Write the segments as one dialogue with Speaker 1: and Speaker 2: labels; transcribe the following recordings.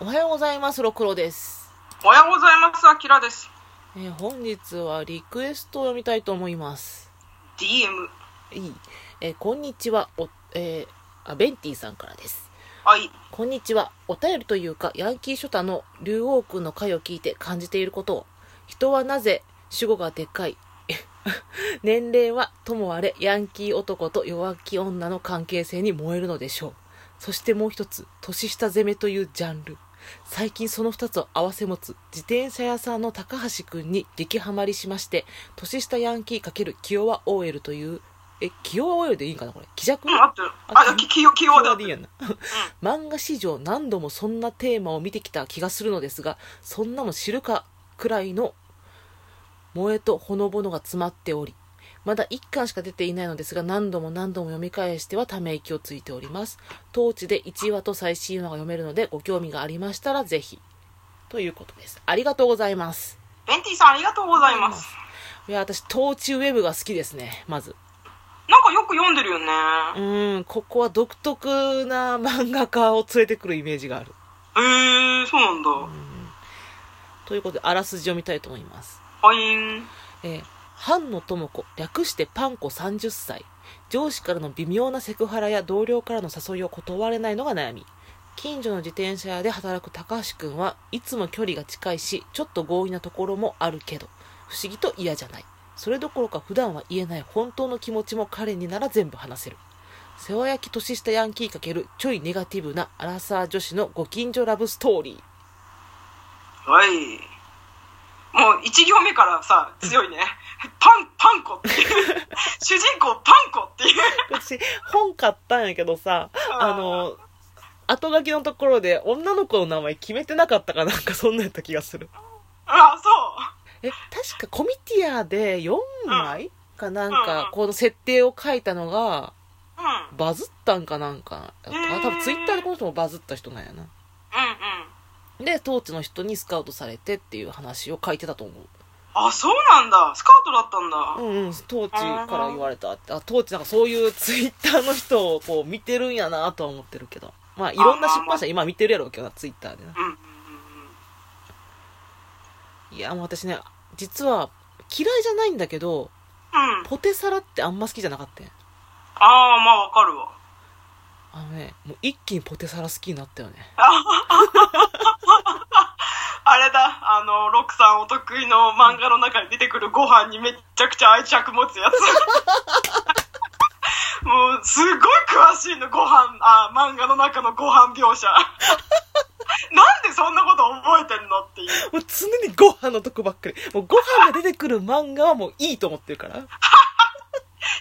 Speaker 1: おはようございます、ろくろです。
Speaker 2: おはようございます、あきらです。
Speaker 1: えー本日はリクエストを読みたいと思います。
Speaker 2: DM。
Speaker 1: いい。えーこんにちは、お、えーあ、ベンティさんからです。
Speaker 2: はい。
Speaker 1: こんにちは。お便りというか、ヤンキーショタの竜王君の回を聞いて感じていることを。人はなぜ主語がでかい。 年齢はともあれ、ヤンキー男と弱気女の関係性に燃えるのでしょう。そしてもう一つ、年下攻めというジャンル。最近その二つを合わせ持つ自転車屋さんの高橋くんに激ハマりしまして、年下ヤンキー×清和 OL という、え、清和 OL でいいんかなこれ。気弱
Speaker 2: うん、合ってる。
Speaker 1: あ
Speaker 2: あ、いや、き、きよ、きよだ
Speaker 1: でいいやんな漫画史上何度もそんなテーマを見てきた気がするのですがそんなの知るかくらいの萌えとほのぼのが詰まっておりまだ1巻しか出ていないのですが何度も何度も読み返してはため息をついております当地で1話と最新話が読めるのでご興味がありましたらぜひということですありがとうございます
Speaker 2: ベンティさん、ありがとうございます。
Speaker 1: いや私当地ウェブが好きですねまず
Speaker 2: なんかよく読んでるよね。
Speaker 1: うーんここは独特な漫画家を連れてくるイメージがある
Speaker 2: えー、そうなんだ。
Speaker 1: ということであらすじ読みたいと思います、
Speaker 2: はいん。
Speaker 1: えー、藩野智子略してパンコ30歳上司からの微妙なセクハラや同僚からの誘いを断れないのが悩み近所の自転車屋で働く高橋くんはいつも距離が近いしちょっと強引なところもあるけど不思議と嫌じゃないそれどころか普段は言えない本当の気持ちも彼になら全部話せる世話焼き年下ヤンキー×ちょいネガティブなアラサー女子のご近所ラブストーリー
Speaker 2: はい。もう、一行目からさ、強いね。パン、パンコっていう。主人公、パンコっていう。
Speaker 1: 私本買ったんやけどさあの後書きのところで女の子の名前決めてなかったかなんかそんなんやった気がする
Speaker 2: あ、そう。
Speaker 1: え確かコミティアで4枚かなんかこの設定を書いたのが
Speaker 2: うん。うん
Speaker 1: バズったんかなんかあ
Speaker 2: うん
Speaker 1: 多分ツイッターでこの人もバズった人なんやな
Speaker 2: うん。
Speaker 1: で当地の人にスカウトされてっていう話を書いてたと思う
Speaker 2: あ、そうなんだ。スカウトだったんだ。
Speaker 1: うんうん当地から言われたってあ当地なんかそういうツイッターの人をこう見てるんやなとは思ってるけどまあいろんな出版社今見てるやろうけどなツイッターでな
Speaker 2: うん。うんうん
Speaker 1: いやもう私ね実は嫌いじゃないんだけど
Speaker 2: うん。うん。
Speaker 1: ポテサラってあんま好きじゃなかったんや
Speaker 2: あー、まあ、わかるわ。
Speaker 1: あのねもう一気にポテサラ好きになったよね
Speaker 2: あれだ、あの、ロクさんお得意の漫画の中に出てくるご飯にめっちゃくちゃ愛着持つやつ。もう、すごい詳しいの、ご飯、あ、漫画の中のご飯描写。なんでそんなこと覚えてんのっていう。
Speaker 1: もう常にご飯のとこばっかりもうご飯が出てくる漫画はもういいと思ってるから
Speaker 2: い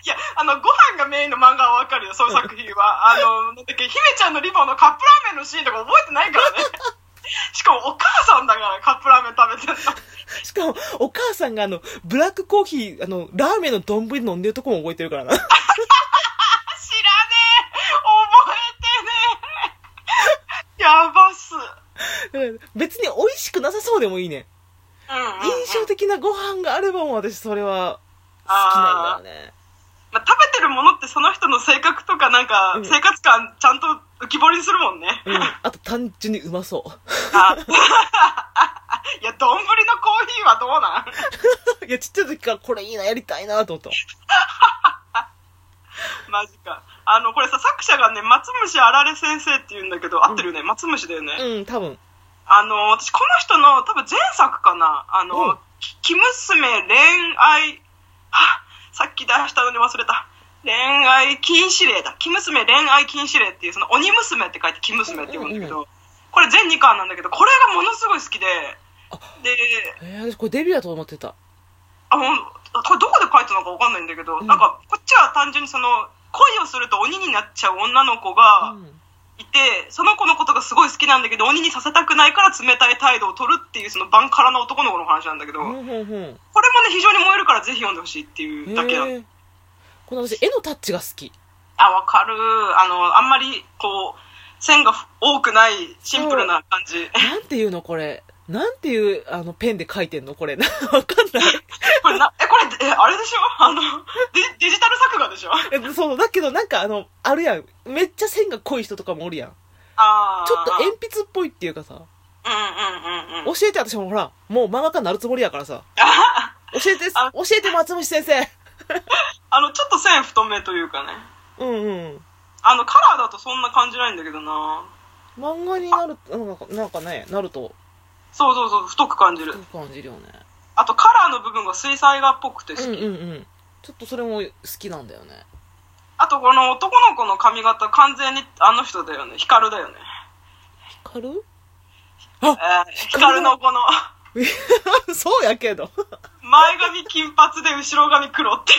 Speaker 2: や、あの、ご飯がメインの漫画はわかるよ、そういう作品は。あの、なんだっけ、姫ちゃんのリボンのカップラーメンのシーンとか覚えてないからね。しかもお母さんだからカップラーメン食べてんの。
Speaker 1: しかもお母さんがあのブラックコーヒーあのラーメンの丼飲んでるとこも覚えてるからな
Speaker 2: 知らねえ覚えてねえ やばっす、うん
Speaker 1: 別に美味しくなさそうでもいいね
Speaker 2: うんうん
Speaker 1: 印象的なご飯があればもう私それは好きなんだよね
Speaker 2: まあ、食べてるものってその人の性格とかなんか
Speaker 1: うん
Speaker 2: 生活感ちゃんと浮き彫りにするもんね、
Speaker 1: うんあと単純にうまそう
Speaker 2: あ いや丼のコーヒーはどうなん
Speaker 1: いや、ちっちゃい時からこれいいな、やりたいなと思った。
Speaker 2: マジかあのこれさ作者がね松虫あられ先生っていうんだけど合ってるよね、松虫だよね、
Speaker 1: うん、多分。
Speaker 2: あの私この人の多分前作かなあの、
Speaker 1: うん
Speaker 2: き生娘恋愛はあさっき出したのに忘れた恋愛禁止令だ生娘恋愛禁止令っていうその鬼娘って書いて生娘って呼ぶんだけど、
Speaker 1: うん
Speaker 2: これ全2巻なんだけどこれがものすごい好きでで
Speaker 1: えー、私これデビューだと思ってた。
Speaker 2: あほんこれどこで書いたのか分かんないんだけど、
Speaker 1: うん
Speaker 2: なんかこっちは単純にその恋をすると鬼になっちゃう女の子
Speaker 1: う
Speaker 2: が、
Speaker 1: ん。
Speaker 2: いてその子のことがすごい好きなんだけど鬼にさせたくないから冷たい態度を取るっていうそのバンカラな男の子の話なんだけど、
Speaker 1: ほ
Speaker 2: これもね
Speaker 1: んほんほん。へ
Speaker 2: 非常に燃えるからぜひ読んでほしいっていうだけだ、
Speaker 1: ーこの私、絵のタッチが好 き。
Speaker 2: あわかるあのあんまりこう線が多くないシンプルな感じ
Speaker 1: なんていうの、これ。なんていう、あの、ペンで描いてんの、これ。なわかんない
Speaker 2: これなえこれえあれでしょあのデデジタル作画でしょ
Speaker 1: え。そう、だけどなんかあの、あるやん。めっちゃ線が濃い人とかもおるやん。
Speaker 2: あー
Speaker 1: ちょっと鉛筆っぽいっていうかさ、
Speaker 2: うんうんうんうん
Speaker 1: 教えて私もほら、もう漫画家になるつもりやからさ、
Speaker 2: あ
Speaker 1: 教えて、教
Speaker 2: あ
Speaker 1: えて松虫先生。
Speaker 2: あのちょっと線太めというかね
Speaker 1: うんうん。
Speaker 2: あのカラーだとそんな感じないんだけどな
Speaker 1: 漫画になる、なんかなんかね、なると、
Speaker 2: そうそうそう太く感じる
Speaker 1: そう感じるよね。
Speaker 2: あとカラーの部分が水彩画っぽくて好き、
Speaker 1: うんうんうん。ちょっとそれも好きなんだよね。
Speaker 2: あとこの男の子の髪型完全にあの人だよね光だよね、
Speaker 1: ヒカル
Speaker 2: えー、光のこの
Speaker 1: そうやけど。い
Speaker 2: 前髪金髪で後ろ髪黒って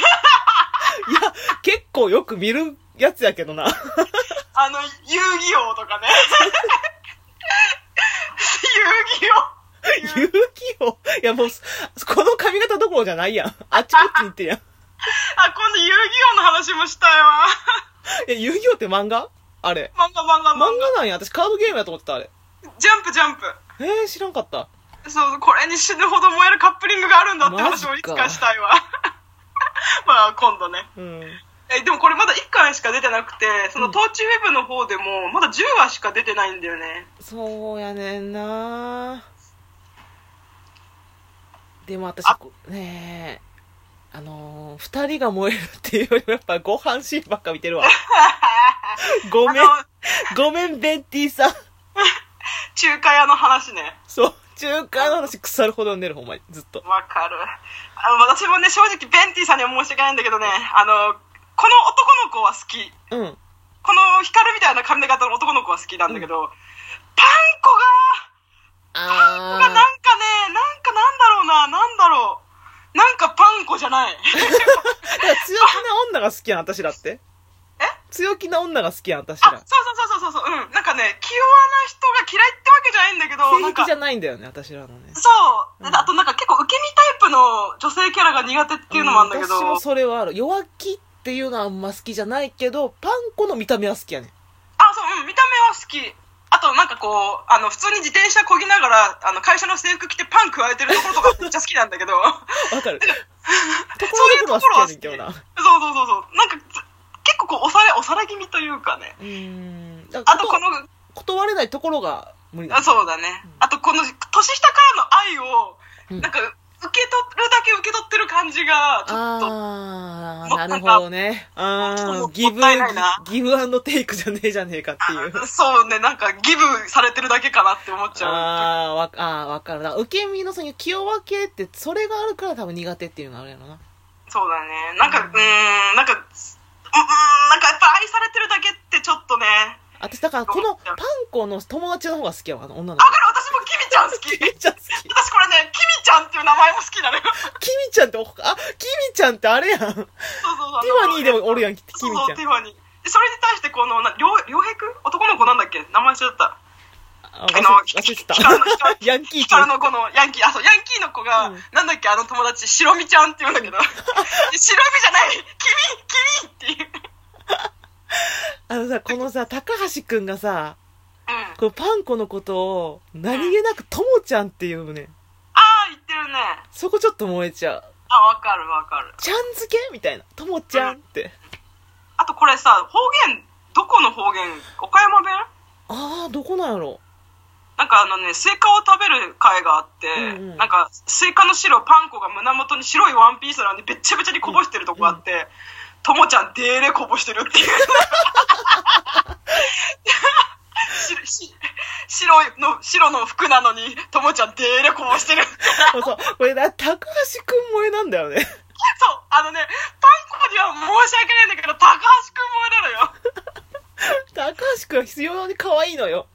Speaker 1: や、結構よく見るやつやけどな。
Speaker 2: あの遊戯王とかね遊戯王
Speaker 1: 勇気を。いやもう、この髪型どころじゃないやん。あっちこっち行ってやん。い
Speaker 2: あ今度遊戯王の話もしたいわ
Speaker 1: や、 遊戯王って漫画あれ。
Speaker 2: 漫画漫画漫
Speaker 1: 漫
Speaker 2: 画
Speaker 1: 画なんや。私カードゲームやと思ってた、あれ。
Speaker 2: ジャンプジャンプ
Speaker 1: えー、知らんかった。
Speaker 2: そう、これに死ぬほど燃えるカップリングがあるんだって
Speaker 1: マジ
Speaker 2: 話
Speaker 1: か
Speaker 2: をいつかしたいわ。 まあ、今度ね。
Speaker 1: うん。
Speaker 2: え、でもこれまだ1巻しか出てなくて、そ
Speaker 1: うん
Speaker 2: のトーチウェブの方でも、まだ10話しか出てないんだよね。
Speaker 1: そうやねんなでも私
Speaker 2: あ
Speaker 1: こねえあのー、二人が燃えるっていうよりもやっぱご飯シーンばっか見てるわ ご
Speaker 2: あ
Speaker 1: めん
Speaker 2: の、
Speaker 1: ごめんベンティさん
Speaker 2: 中華屋の話ね。
Speaker 1: そう中間の話腐るほど寝るほんまにずっと
Speaker 2: わかる。あの、私もね、正直、ベンティさんには申し訳ないんだけどね、あの、この男の子は好き。
Speaker 1: うん
Speaker 2: この光みたいな髪型の男の子は好きなんだけど、パンコが、
Speaker 1: あ
Speaker 2: がなんかね、なんかなんだろうな、なんだろう。なんかパン粉じ ゃな
Speaker 1: ー
Speaker 2: い。
Speaker 1: だから強気な女が好きやん私だって
Speaker 2: え
Speaker 1: 強気な女が好きやん私
Speaker 2: あ、そう
Speaker 1: ら
Speaker 2: そうそうそうそう、うん。なんかね、器用な人が嫌いってわけじゃないん だけど、な
Speaker 1: 性
Speaker 2: んか
Speaker 1: 癖じ、ゃないんだよね私らのね
Speaker 2: そう、
Speaker 1: うん
Speaker 2: あとなんか結構受け身タイプの女性キャラが苦手っていうのもあるんだけど、
Speaker 1: うん私もそれはある弱気っていうのはあんま好きじゃないけどパン粉の見た目は好きやねん
Speaker 2: あ、そう、うん、見た目は好き。あとなんかこう、あの、普通に自転車こぎながら、あの、会社の制服着てパン食われてるところとかめっちゃ好きなんだけ ど、
Speaker 1: わ かるところどころは好きやねんけ
Speaker 2: そういうところは好き。そう
Speaker 1: どな
Speaker 2: そうそうそう。なんか、結構こう、おさら、おさら気味というかね。
Speaker 1: うーんだか
Speaker 2: あ
Speaker 1: ら
Speaker 2: とこの、
Speaker 1: 断れないところが無理だ
Speaker 2: あそうだね、あとこの年下からの愛を
Speaker 1: うん
Speaker 2: なんか受け取るだけ受け取ってる感じがちょっと
Speaker 1: あ
Speaker 2: ち
Speaker 1: あ
Speaker 2: ょ
Speaker 1: な
Speaker 2: っと
Speaker 1: るほどねああ
Speaker 2: も
Speaker 1: ギ
Speaker 2: も
Speaker 1: ブ
Speaker 2: ったいないな
Speaker 1: ギブアンドテイクじゃねえじゃねえかっていう
Speaker 2: そうねなんかギブされてるだけかなって思っちゃう
Speaker 1: あーわあーわかるな受け身のその気弱系ってそれがあるから多分苦手っていうのがあるやろな
Speaker 2: そうだねなんかうーんなんかうーんなんかやっぱ愛されてるだけってちょっとね
Speaker 1: 私だからこのパン粉の友達の方が好きやわあの女の
Speaker 2: あ
Speaker 1: 子
Speaker 2: わかる私もキミちゃん 好き
Speaker 1: キミちゃん好き
Speaker 2: 私これねキミちゃんっていう名前も好きなのよ そう
Speaker 1: キミちゃんってお、あ、キミちゃんってあれ やん。ティ
Speaker 2: そうそう
Speaker 1: ファニーでもおるやん、キミ
Speaker 2: そうそう
Speaker 1: ち
Speaker 2: ティファニーでそれに対してこのなりょうりょうへく男の子なんだっけ名前忘れちゃった
Speaker 1: ゃん。あ
Speaker 2: あの
Speaker 1: 忘れ忘れてた。
Speaker 2: 光の光
Speaker 1: ヤンキーちゃ
Speaker 2: 北
Speaker 1: ん。
Speaker 2: のこのヤンキー、あ、そう、ヤンキーの子が、
Speaker 1: うん
Speaker 2: なんだっけ、あの友達、白身ちゃんって言うんだけど、 白身じゃない君君っていう。
Speaker 1: あのさ、このさ、高橋くんがさ、
Speaker 2: うん。あ
Speaker 1: このパン粉のことを、何気なくともちゃんっていうね。
Speaker 2: あー、言ってるね。
Speaker 1: そこちょっと燃えちゃう。
Speaker 2: あ、わかるわかる。
Speaker 1: ちゃん付けみたいな。ともちゃんって。
Speaker 2: あとこれさ、方言、どこの方言岡山弁
Speaker 1: あー、どこなんやろ。
Speaker 2: なんかあのね、スイカを食べる会があって、
Speaker 1: うんうん
Speaker 2: なんか、スイカの白、パン粉が胸元に白いワンピースなんで、べっちゃべちゃにこぼしてるとこあって、ともちゃん、でーれこぼしてるっていう。しし白いの白の服なのに、ともちゃん、でーれこぼしてるって。
Speaker 1: そうそう。これな、高橋くん燃えなんだよね。
Speaker 2: そう、あのね、パン粉には申し訳ないんだけど、高橋くんもなのよ。
Speaker 1: 高橋くんは必要に可愛いのよ。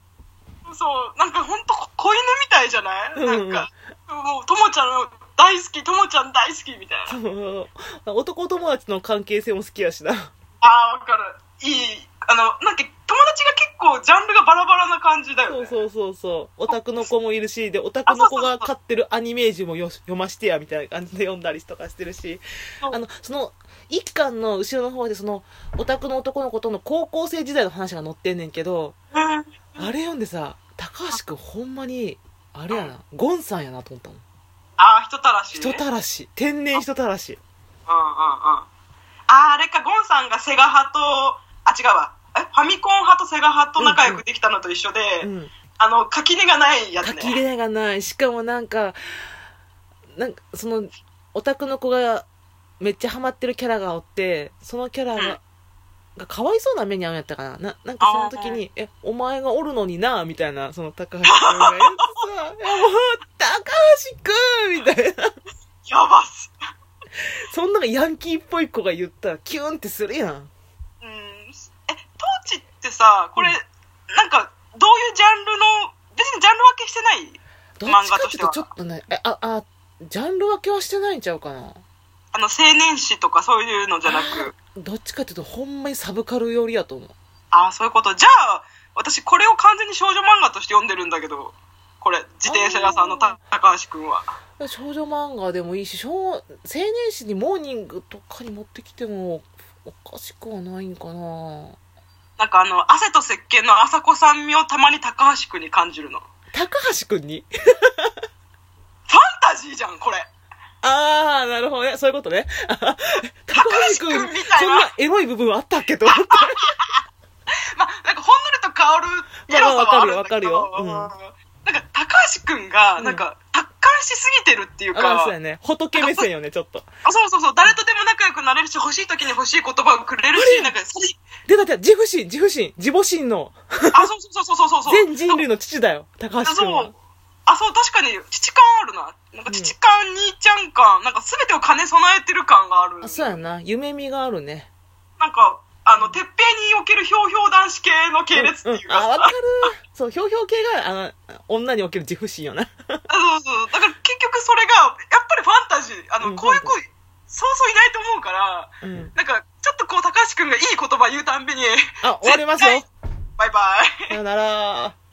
Speaker 2: そう、なんかほんと子犬みたいじゃない
Speaker 1: うんうん
Speaker 2: なんか、もう、ともちゃんの大好き、ともちゃん大好きみたいな。
Speaker 1: そう男友達の関係性も好きやしな。
Speaker 2: ああ、わかる。いい。あの、なんか、友達が結構ジャンルがバラバラな感じだよ
Speaker 1: そ
Speaker 2: ね。
Speaker 1: うそうそうそう。オタクの子もいるし、で、オタクの子が買ってるアニメージュもよし読ましてや、みたいな感じで読んだりとかしてるし、
Speaker 2: そう
Speaker 1: あの、その、一巻の後ろの方で、その、オタクの男の子との高校生時代の話が載ってんねんけど、
Speaker 2: うん
Speaker 1: あれ読んでさ、高橋くんほんまに、あれやな、ゴンさんやなと思ったの。
Speaker 2: ああ、人たらし、ね。
Speaker 1: 人たらし。天然人たらし。
Speaker 2: うんうんうん。ああ、あれか、ゴンさんがセガ派と、あ、違うわ。えファミコン派とセガ派と仲良くできたのと一緒で、
Speaker 1: うん。
Speaker 2: あの、垣根がないやつ
Speaker 1: 書
Speaker 2: ね。
Speaker 1: き入れがない。しかもなんか、なんか、その、オタクの子がめっちゃハマってるキャラがおって、そのキャラが、がかわいそうな目に遭うんやったかな。な、なんかその時に、え、お前がおるのにな、みたいな、その高橋くんが言ってさ、えもう、高橋くんみたいな。
Speaker 2: やばっす。
Speaker 1: そんなのヤンキーっぽい子が言ったら、キュンってするやん。
Speaker 2: うん。え、トーチってさ、これ、
Speaker 1: うん
Speaker 2: なんか、どういうジャンルの、別にジャンル分けしてない
Speaker 1: どっちかっていうとちょっとね、え、あ、あ、ジャンル分けはしてないんちゃうかな。
Speaker 2: あの、青年誌とかそういうのじゃなく。
Speaker 1: どっちかっていうと、ほんまにサブカル寄りやと思う。
Speaker 2: ああ、そういうこと。じゃあ、私これを完全に少女漫画として読んでるんだけど、これ、自転車屋さんのた高橋くんは。
Speaker 1: 少女漫画でもいいし少青年誌にモーニングとかに持ってきてもおかしくはないんかな
Speaker 2: なんかあの、汗と石鹸の朝子さんみをたまに高橋くんに感じるの。フ
Speaker 1: 高橋くんに
Speaker 2: ァンタジーじゃん、これ。
Speaker 1: ああなるほどねそういうことね 高
Speaker 2: 橋くんみた
Speaker 1: そ
Speaker 2: いな
Speaker 1: んなエロい部分あったっけと思って
Speaker 2: まあ、なんかほんのりと香るエロさはあるんだけど、
Speaker 1: まあわかるよわか
Speaker 2: なんか高橋くんが、なんか、達観しすぎてるっていう
Speaker 1: あ
Speaker 2: か、
Speaker 1: あそうやね仏目線よねちょっと
Speaker 2: あそうそうそう、誰とでも仲良くなれるし、欲しい時に欲しい言葉をくれるし、なんか、それ
Speaker 1: 出た出た自負心自負心自母心の
Speaker 2: あ、そうそうそうそうそうそう。
Speaker 1: 全人類の父だよ高
Speaker 2: あ
Speaker 1: 橋くん
Speaker 2: そ
Speaker 1: は
Speaker 2: う。あ、そう、確かに、父感あるな。なんか、父感、兄ちゃん感、なんか、すべてを兼ね備えてる感がある。
Speaker 1: あそうやな夢見があるね
Speaker 2: なんか、あの、てっぺんにおけるひょうひょう男子系の系列っていうか
Speaker 1: んんあわ
Speaker 2: さ、
Speaker 1: かるそうひょうひょう系があの女における自負心よな
Speaker 2: あそうそう。だから、結局それが、やっぱりファンタジー、あの、
Speaker 1: うん
Speaker 2: こういう子、そうそういないと思うから、
Speaker 1: うん
Speaker 2: なんか、ちょっとこう、高橋くんがいい言葉言うたんびに、
Speaker 1: あ終わりますよ
Speaker 2: 絶対バイバイ。
Speaker 1: さよなら。